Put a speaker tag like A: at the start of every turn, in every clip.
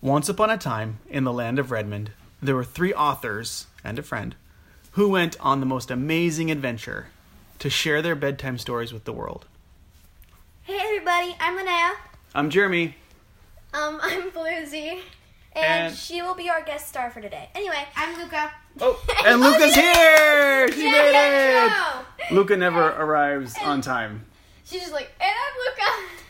A: Once upon a time, in the land of Redmond, there were three authors and a friend who went on the most amazing adventure to share their bedtime stories with the world.
B: Hey everybody, I'm Linnea.
A: I'm Jeremy.
B: Um, I'm Bluesy. And,
A: And-
B: she will be our guest star for today. Anyway, I'm Luca.
A: Oh, and Luca's here! She made it! Luca never arrives on time,
B: She's just like, and I'm Luca.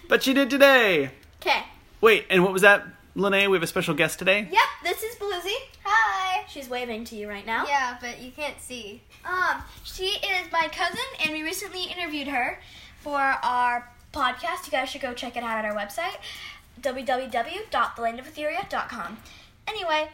A: but she did today.
B: Okay.
A: Wait, and what was that, Linnea? We have a special guest today.
B: Yep, this is Bluesy.
C: Hi.
B: She's waving to you right now.
C: Yeah, but you can't see.
B: Um, she is my cousin, and we recently interviewed her for our podcast. You guys should go check it out at our website, www.thelandofatheria.com. Anyway,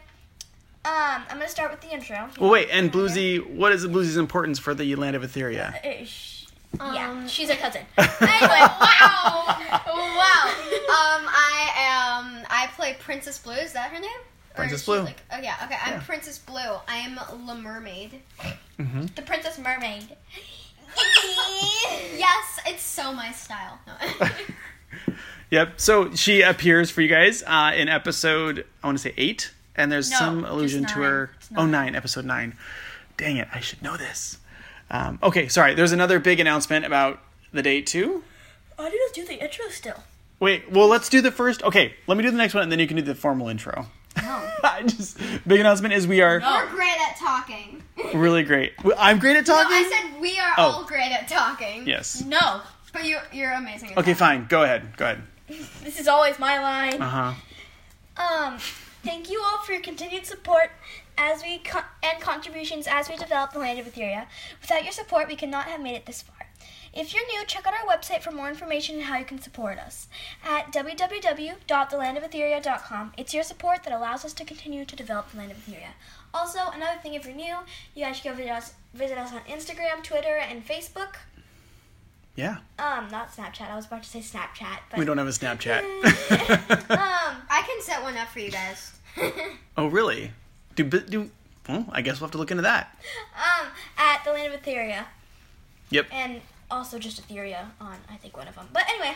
B: um, I'm gonna start with the intro.
A: Well, wait, and Bluesy, what is Bluesy's importance for the land of Etheria?
B: Uh, sh- yeah,
C: Um,
B: she's a cousin.
C: Anyway, wow, wow. Um, I am. I play Princess Blue. Is that her name? Or
A: Princess
C: is she
A: Blue.
C: Like, oh yeah. Okay, I'm
A: Yeah.
C: Princess Blue. I am La Mermaid.
B: the Princess Mermaid.
C: yes, it's so my style. No.
A: Yep. So she appears for you guys uh, in episode I want to say eight, and there's
C: No,
A: some
C: just
A: allusion to
C: nine.
A: her.
C: It's
A: Oh, nine, episode nine. Dang it! I should know this. Um, okay, sorry. There's another big announcement about the date too.
B: I didn't do the intro still.
A: Wait. Well, let's do the first. Okay, let me do the next one, and then you can do the formal intro. No. I just big announcement is we are
C: We're great at talking.
A: really great. I'm great at
C: No,
A: talking.
C: I said we are
A: Oh.
C: all great at talking.
A: yes.
B: No,
C: But you, you're amazing. At
A: Okay, fine. Go ahead. Go ahead.
B: this is always my line.
A: Uh huh.
B: Um, thank you all for your continued support as we co- and contributions as we develop the land of Etheria. Without your support, we could not have made it this far. If you're new, check out our website for more information on how you can support us at www.thelandofetheria.com. It's your support that allows us to continue to develop the land of Etheria. Also, another thing, if you're new, you guys should go visit us, visit us on Instagram, Twitter, and Facebook.
A: Yeah.
B: Um, not Snapchat. I was about to say Snapchat, but
A: We don't have a Snapchat.
B: um,
C: I can set one up for you guys.
A: oh, really? Do do. Well, I guess we'll have to look into that.
B: um, at the land of Etheria.
A: Yep.
B: and also just a theory on I think one of them. But anyway,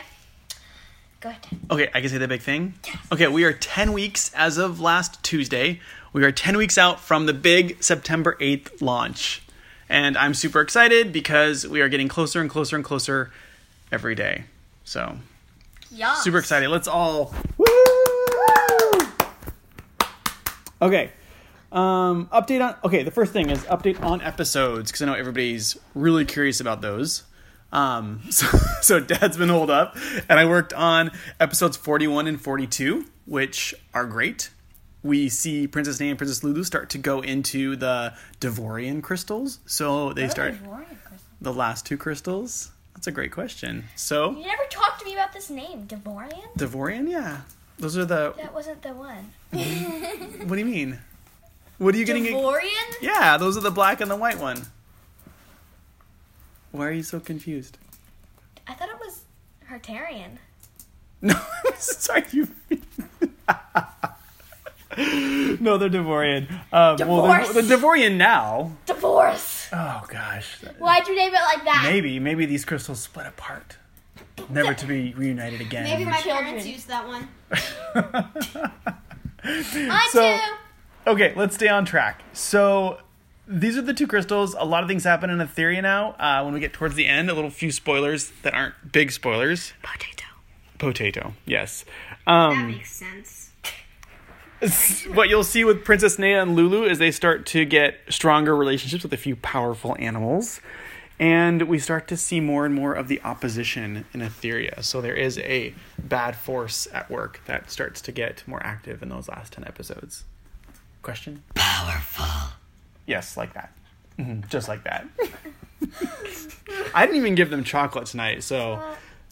B: go ahead.
A: Okay, I can say the big thing.
B: Yes.
A: Okay, we are 10 weeks as of last Tuesday. We are 10 weeks out from the big September 8th launch. And I'm super excited because we are getting closer and closer and closer every day. So,
C: Yeah.
A: super excited. Let's all. Woo! Okay. Um, update on. Okay, the first thing is update on episodes because I know everybody's really curious about those. Um, so, so dad's been holed up, and I worked on episodes 41 and 42, which are great. We see Princess Nay and Princess Lulu start to go into the Devorian crystals. So they start the last two crystals. That's a great question. So
B: You never talked to me about this name, Devorian.
A: Devorian, yeah. Those are the.
B: That wasn't the one.
A: What do you mean? What are you getting?
B: Devorian.
A: yeah, those are the black and the white one. Why are you so confused?
B: I thought it was Hertarian.
A: No, I'm sorry, you. no, they're Devorian. Um, well,
B: Divorce.
A: the Devorian now.
B: Divorce.
A: Oh gosh.
B: Why'd you name it like that?
A: Maybe, maybe these crystals split apart, never to be reunited again.
C: Maybe my
B: Children.
C: parents used that one.
B: I
A: So-
B: do.
A: Okay, let's stay on track. So these are the two crystals. A lot of things happen in Etheria now. Uh, when we get towards the end, a little few spoilers that aren't big spoilers.
B: Potato.
A: Potato, yes.
C: That
A: Um,
C: makes sense.
A: what you'll see with Princess Nea and Lulu is they start to get stronger relationships with a few powerful animals. And we start to see more and more of the opposition in Etheria. So there is a bad force at work that starts to get more active in those last 10 episodes. Question? Powerful. Yes, like that. Mhm, just like that. I didn't even give them chocolate tonight, so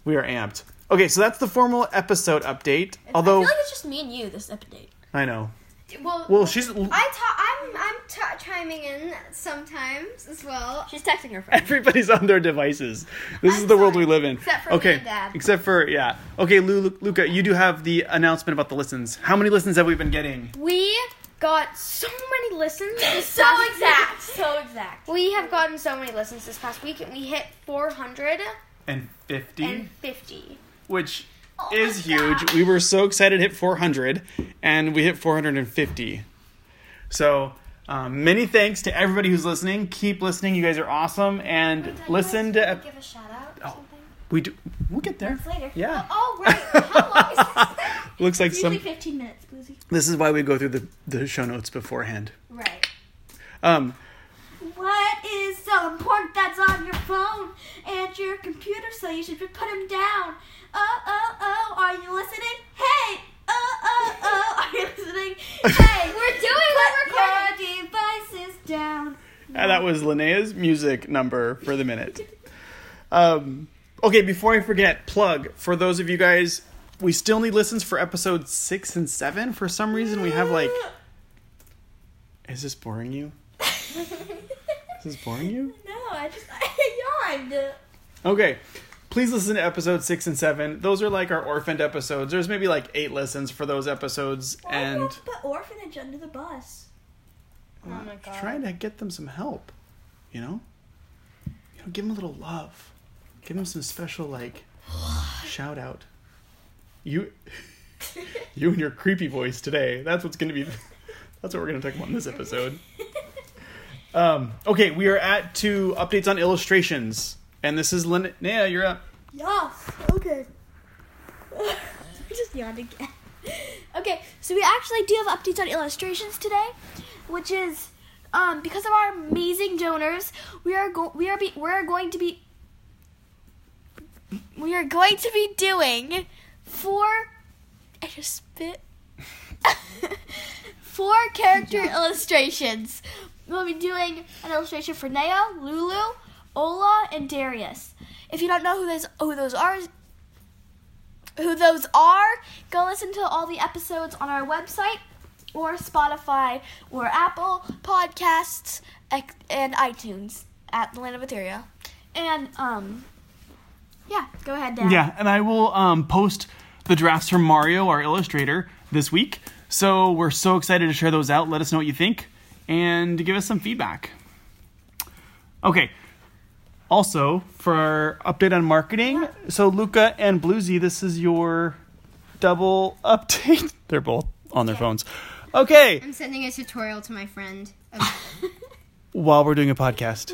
A: we are amped. Okay, so that's the formal episode update. Although,
B: I feel like it's just me and you this update.
A: I know.
C: Well,
A: Well, she's
C: I ta- I'm I'm ta- chiming in sometimes as well.
B: She's texting her friend.
A: everybody's on their devices. This is
C: I'm
A: the world we
C: sorry.
A: live in.
C: Except for me
A: okay,
C: and Dad.
A: except for yeah. Okay, Lu, Luca, you do have the announcement about the listens. How many listens have we been getting?
C: We got so many listens. This
B: so
C: past-
B: exact. So exact.
C: We have gotten so many listens this past week, and Oh we hit 450.
A: And fifty, which is huge. We were so excited to hit 400, and we hit 450. So, um, many thanks to everybody who's listening. Keep listening. You guys are awesome. And listen to. ep-
B: Give a shout out.
A: Oh, we do. We'll get there.
B: Later.
A: Yeah.
C: Oh, right. How long is this thing?
A: Looks like
B: Usually
A: some.
B: 15 minutes, Boozy.
A: This is why we go through the, the show notes beforehand.
C: Right.
A: Um,
B: What is so important that's on your phone and your computer so you should put them down? Oh, oh, oh, are you listening? Hey! Oh, oh, oh, are you listening? Hey!
C: We're doing it. We're recording.
B: Put your devices down.
A: and that was Linnea's music number for the minute. Um, okay, before I forget, plug for those of you guys. We still need listens for episodes six and seven. For some reason, we have like. Is this boring you? Is this boring you?
B: No, I just I yawned.
A: Okay. Please listen to episodes six and seven. Those are like our orphaned episodes. There's maybe like eight listens for those episodes,
B: Why do you
A: and
B: have to put orphanage under the bus.
C: Oh my god.
A: trying to get them some help. You know, you know, give them a little love. Give them some special like shout out. You, you and your creepy voice today. That's what's gonna be. That's what we're gonna talk about in this episode. Um, okay, we are at to updates on illustrations, and this is Linnea. You're up.
B: Yes. Okay. I just yawned again. Okay, so we actually do have updates on illustrations today, which is um, because of our amazing donors, we are go- we are be- we are going to be we are going to be doing four. I just spit. four character illustrations. We'll be doing an illustration for Neo, Lulu, Ola, and Darius. If you don't know who those who those are, who those are, go listen to all the episodes on our website or Spotify or Apple Podcasts ec- and iTunes at the Land of Etheria. And um, yeah, go ahead, Dad.
A: Yeah, and I will um, post the drafts from Mario, our illustrator, this week. So we're so excited to share those out. Let us know what you think and give us some feedback. Okay. Also, for our update on marketing, so Luca and Bluesy, this is your double update. They're both on their phones. Okay.
C: I'm sending a tutorial to my friend.
D: Uh,
A: While we're doing a podcast.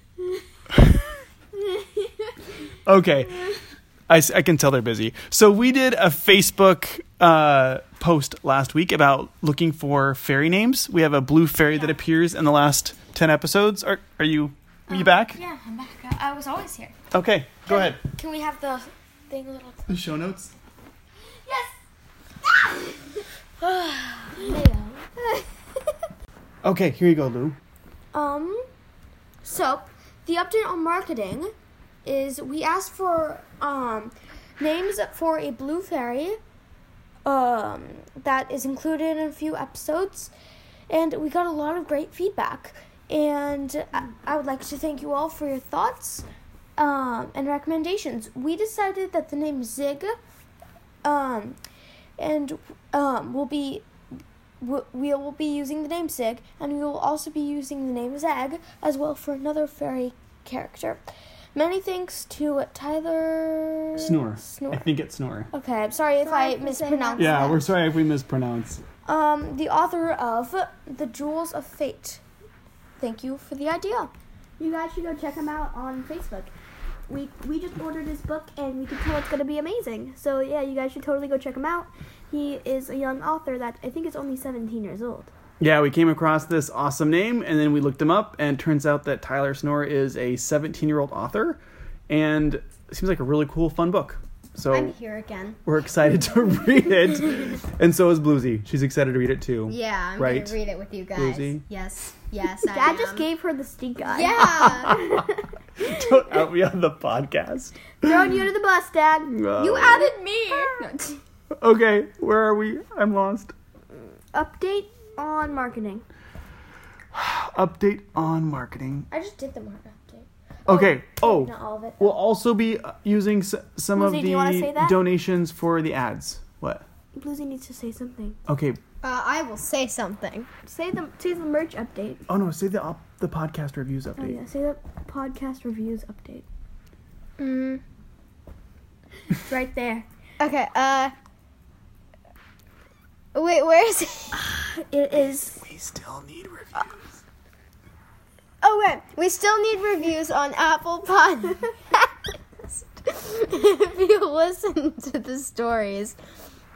A: okay. I, s- I can tell they're busy. So we did a Facebook uh, post last week about looking for fairy names. We have a blue fairy that appears in the last ten episodes. Are are you are you back?
B: Um, Yeah, I'm back. I I was always here.
A: Okay, go ahead.
B: Can we have the thing a little?
A: The show notes.
B: Yes.
A: Okay, here you go, Lou.
D: Um, so the update on marketing is we asked for um names for a blue fairy um that is included in a few episodes, and we got a lot of great feedback. And I, I would like to thank you all for your thoughts um, and recommendations. We decided that the name Zig um and um will be w- we will be using the name Sig, and we will also be using the name Zag as well for another fairy character. Many thanks to Tyler
A: Snore. I
D: Snore.
A: think it's Snore.
D: Okay, I'm sorry if I mispronounced.
A: Yeah,
D: that.
A: we're sorry if we mispronounce.
D: um the author of The Jewels of Fate. Thank you for the idea.
E: You guys should go check him out on Facebook. We we just ordered his book and we can tell it's gonna be amazing. So yeah, you guys should totally go check him out. He is a young author that I think is only 17 years old.
A: Yeah, we came across this awesome name and then we looked him up and it turns out that Tyler Snore is a 17-year-old author and it seems like a really cool fun book. So
C: I'm here again.
A: we're excited to read it. And so is Bluesy. She's excited to read it too.
C: Yeah, I'm
A: Right.
C: gonna read it with you guys.
A: Rosie?
C: Yes, yes. I
E: Dad just
C: am.
E: gave her the stink eye.
C: Yeah,
A: Don't out me on the podcast.
E: Throwing you to the bus, Dad.
A: You
C: added me.
A: Okay, where are we? I'm lost.
E: Update on marketing.
A: Update on marketing.
D: I just did the mark update.
A: Okay. Oh,
D: Not all of it.
A: we'll also be uh, using s- some
E: Lizzie,
A: of
E: do you wanna
A: the
E: say that?
A: donations for the ads. What?
E: Bluesy needs to say something.
A: Okay.
C: Uh, I will say something.
E: Say the say the merch update.
A: Oh no, say the op- the podcast reviews update.
E: Oh yeah, say the podcast reviews update.
D: Mm.
E: It's Mm-hmm. right there.
B: Okay, uh. Wait, where is it?
E: It is.
A: We still need reviews. Uh,
B: Oh, wait. We still need reviews on Apple Pod.
C: if you listen to the stories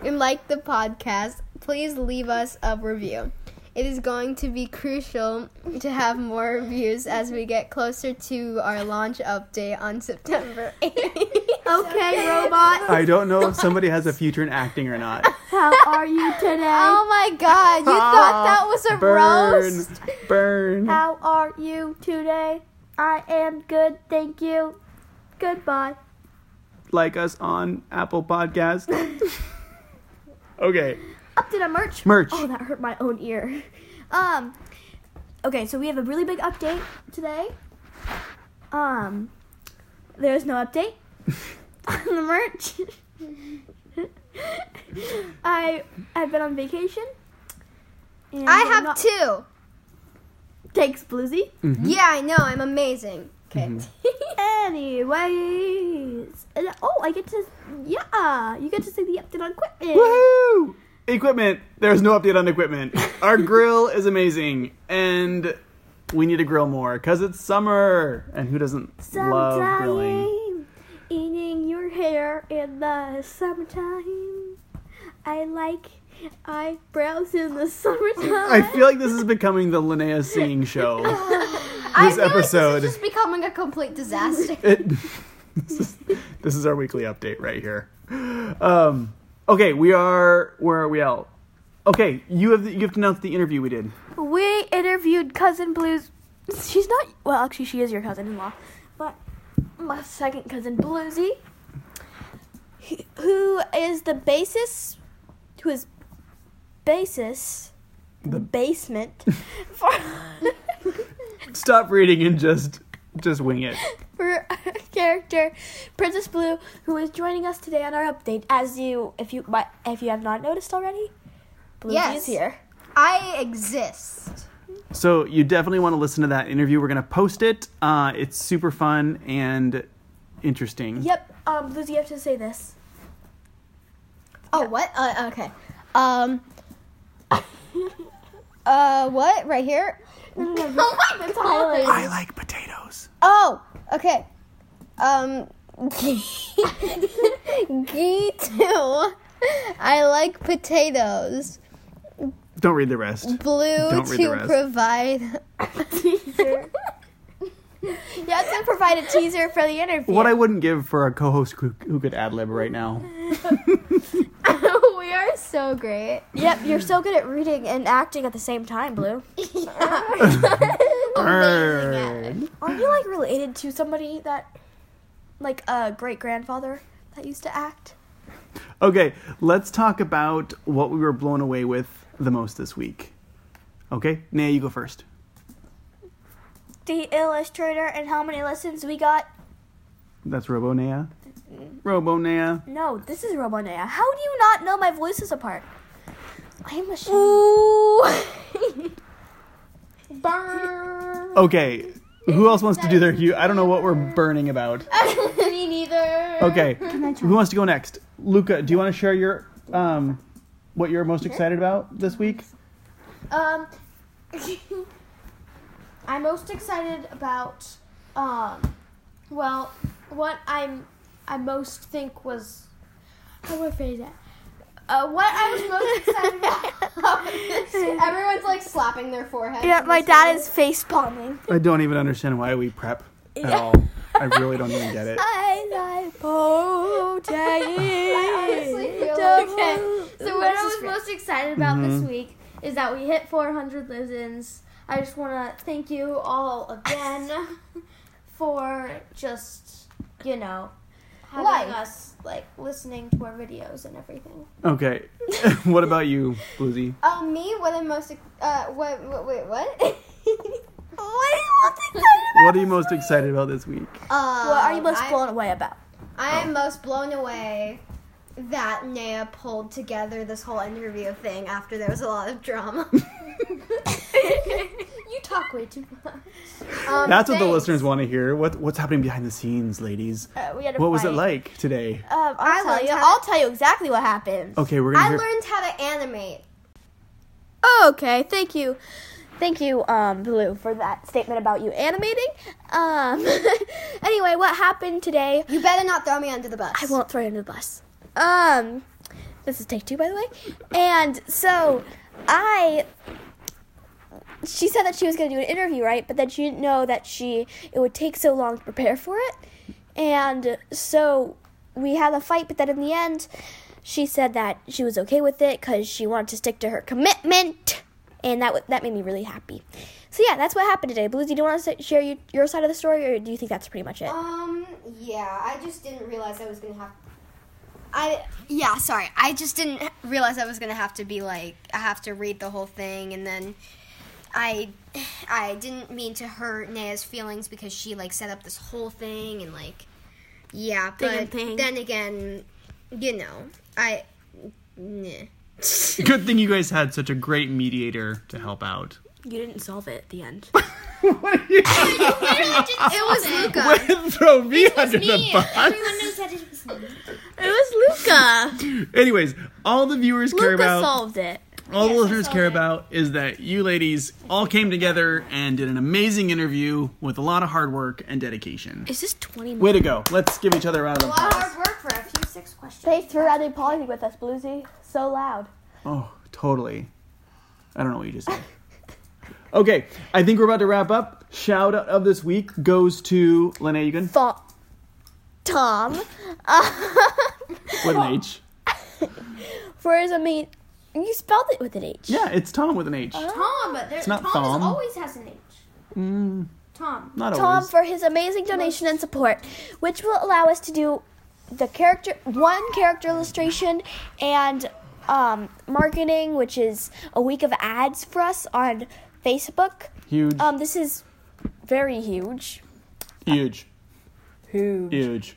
C: and like the podcast, please leave us a review. It is going to be crucial to have more reviews as we get closer to our launch update on September 8th.
E: Okay, robot.
A: I don't know if somebody has a future in acting or not.
E: How are you today?
C: Oh my god, you thought that was a roast?
A: Ah, Burn, burn.
E: How are you today? I am good, thank you. Goodbye.
A: Like us on Apple Podcast. okay,
B: Up to the merch.
A: merch.
B: Oh, that hurt my own ear. Um, okay, so we have a really big update today. Um, there's no update on the merch. I I've been on vacation. And
C: I
B: I'm
C: have
B: not-
C: two.
B: thanks, Bluesy.
A: Hmm?
C: Yeah, I know, I'm amazing. Okay.
A: Mm-hmm.
B: Anyways, and, oh, I get to yeah, you get to see the update on equipment.
A: Woohoo! Equipment. There's no update on equipment. Our grill is amazing, and we need to grill more because it's summer. And who doesn't love grilling?
B: Sometime eating your hair in the summertime. I like eyebrows in the summertime.
A: I feel like this is becoming the Linnea singing show. This
C: I feel like this
A: episode.
C: is just becoming a complete disaster.
A: It, this, is, this is our weekly update right here. Um, okay, we are. Where are we at? Okay, you have the, you have to announce the interview we did.
B: we interviewed cousin Blues. She's not well, actually, she is your cousin-in-law, but my second cousin Bluesy, he- who is the basis, who is basis, the basement for
A: Stop reading and just just wing it.
B: for our character Princess Blue, who is joining us today on our update. As you, if you, might- if you have not noticed already, Blue
C: Yes.
B: is here.
C: I exist.
A: So you definitely want to listen to that interview. We're gonna post it. Uh, it's super fun and interesting.
B: Yep. Um, Blue, you have to say this.
C: Oh, what? Uh, okay. Um. uh, what? Right here? oh my god!
A: I like potatoes.
C: Oh, okay. Um. Gee, too. I like potatoes.
A: Don't read the rest.
C: Blue
A: Don't read the
C: to
A: rest.
C: provide.
B: You have to provide a teaser for the interview.
A: What I wouldn't give for a co-host who, who could ad lib right now.
C: we are so great.
B: Yep, you're so good at reading and acting at the same time, Blue.
A: Burn.
B: Are you like related to somebody that, like, a great grandfather that used to act?
A: Okay, let's talk about what we were blown away with the most this week. Okay, Naya, you go first.
B: The illustrator and how many lessons we got?
A: That's Robo Naya. Robo Naya.
B: No, this is Robonea. How do you not know my voices apart? I'm ashamed.
C: Burn.
A: Okay, who else wants to do their cue? I don't know what we're burning about.
C: Me neither.
A: Okay, who wants to go next? Luca, do you want to share your um, what you're most excited about this week?
E: Um, I'm most excited about, um, well, what I'm, I most think was, how do I phrase that? Uh, what I was most excited about.
C: Everyone's like slapping their forehead.
B: Yeah, my dad is face palming.
A: I don't even understand why we prep at all. I really don't even get it.
B: I like
E: Oh, honestly
B: potato.
E: feel like- okay. So what I was most excited about this week is that we hit 400 listens. I just want to thank you all again for just, you know, having
C: Life.
E: us like listening to our videos and everything.
A: Okay, what about you, Bluesy?
C: Uh, me? What am most? ex- Uh, what? what wait, what?
A: What are you most excited about this week?
C: Um,
B: What are you most
C: I-
B: blown away about?
C: I
A: Oh.
C: am most blown away that Naya pulled together this whole interview thing after there was a lot of drama. you
D: talk way too much.
C: Um,
A: That's what the
C: thanks.
A: listeners want to hear. What what's happening behind the scenes, ladies?
E: Uh, we had a
A: What was it
E: fight.
A: like today?
E: Uh, I'll
C: I
E: tell
C: learned
E: you.
C: how-
E: I'll tell you exactly what happened.
A: Okay, we're
C: I
A: gonna hear.
C: learned how to animate.
E: Okay, thank you. Thank you, um, Blue, for that statement about you animating. Um, anyway, what happened today?
C: You better not throw me under the bus.
E: I won't throw you under the bus. Um, this is take two, by the way. And so, I. She said that she was going to do an interview, right? But then she didn't know that she it would take so long to prepare for it, and so we had a fight. But then in the end, she said that she was okay with it because she wanted to stick to her commitment, and that w- that made me really happy. So yeah, that's what happened today. Blues, do you want to share you- your side of the story, or do you think that's pretty much it?
C: Um, yeah, I just didn't realize I was gonna have. I yeah, sorry. I just didn't h- realize I was gonna have to be like I have to read the whole thing, and then I I didn't mean to hurt Naya's feelings because she like set up this whole thing and like yeah, but
D: and thing.
C: then again, you know, I nah.
A: Good thing you guys had such a great mediator to help out.
D: You didn't solve it at the end.
A: what are you
C: it was Luca.
A: throw me under the bus?
B: Everyone knows that it was me.
D: It was Luca.
A: Anyways, all the viewers care
D: Luca
A: about
D: solved it.
A: all the listeners care about is that you ladies all came together and did an amazing interview with a lot of hard work and dedication.
D: Is this 20 minutes?
A: Way to go. Let's give each other a round of
C: A lot of
A: applause.
C: hard work for a few six questions.
E: They threw out a policy with us, Bluesy. So loud.
A: Oh, totally. I don't know what you just said. Okay, I think we're about to wrap up. Shout out of this week goes to Lene Egan
E: Fa- Tom
A: with an H.
E: for his amazing. You spelled it with an H.
A: Yeah, it's Tom with an H.
E: Uh,
D: Tom, but there's
A: not
D: Tom is
A: Thom.
D: always has an H.
A: Mm,
D: Tom.
A: not
E: Tom
A: always.
E: for his amazing donation and support, which will allow us to do the character one character illustration and um, marketing, which is a week of ads for us on Facebook.
A: Huge,
E: Um, this is very huge.
A: huge, huge.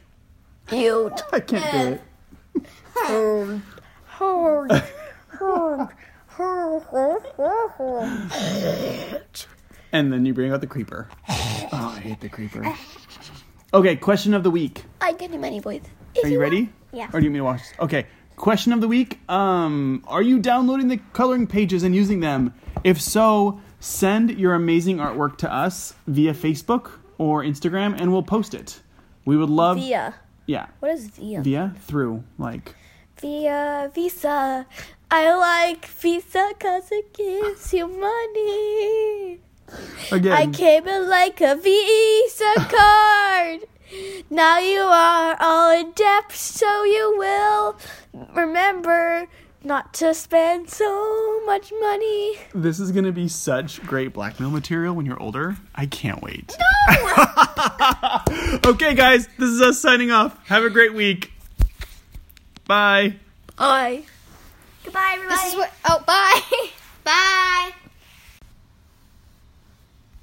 E: Huge.
A: I can't do it. And then you bring out the creeper. Oh, I hate the creeper. Okay, question of the week.
E: I get him any voice.
A: Are you ready?
E: Yeah.
A: Or do you mean to watch? Okay. Question of the week. Um, are you downloading the coloring pages and using them? If so, send your amazing artwork to us via Facebook or Instagram, and we'll post it. We would love.
E: Via.
A: Yeah.
E: What is Via?
A: Via through like.
E: Via Visa. I like Visa because it gives you money.
A: Again.
E: I came in like a Visa card. Now you are all in debt, so you will remember not to spend so much money.
A: This is gonna be such great blackmail material when you're older. I can't wait. No. okay, guys. This is us signing off. Have a great week. Bye.
E: I.
B: Goodbye, everybody.
C: This is what. Oh, bye. bye.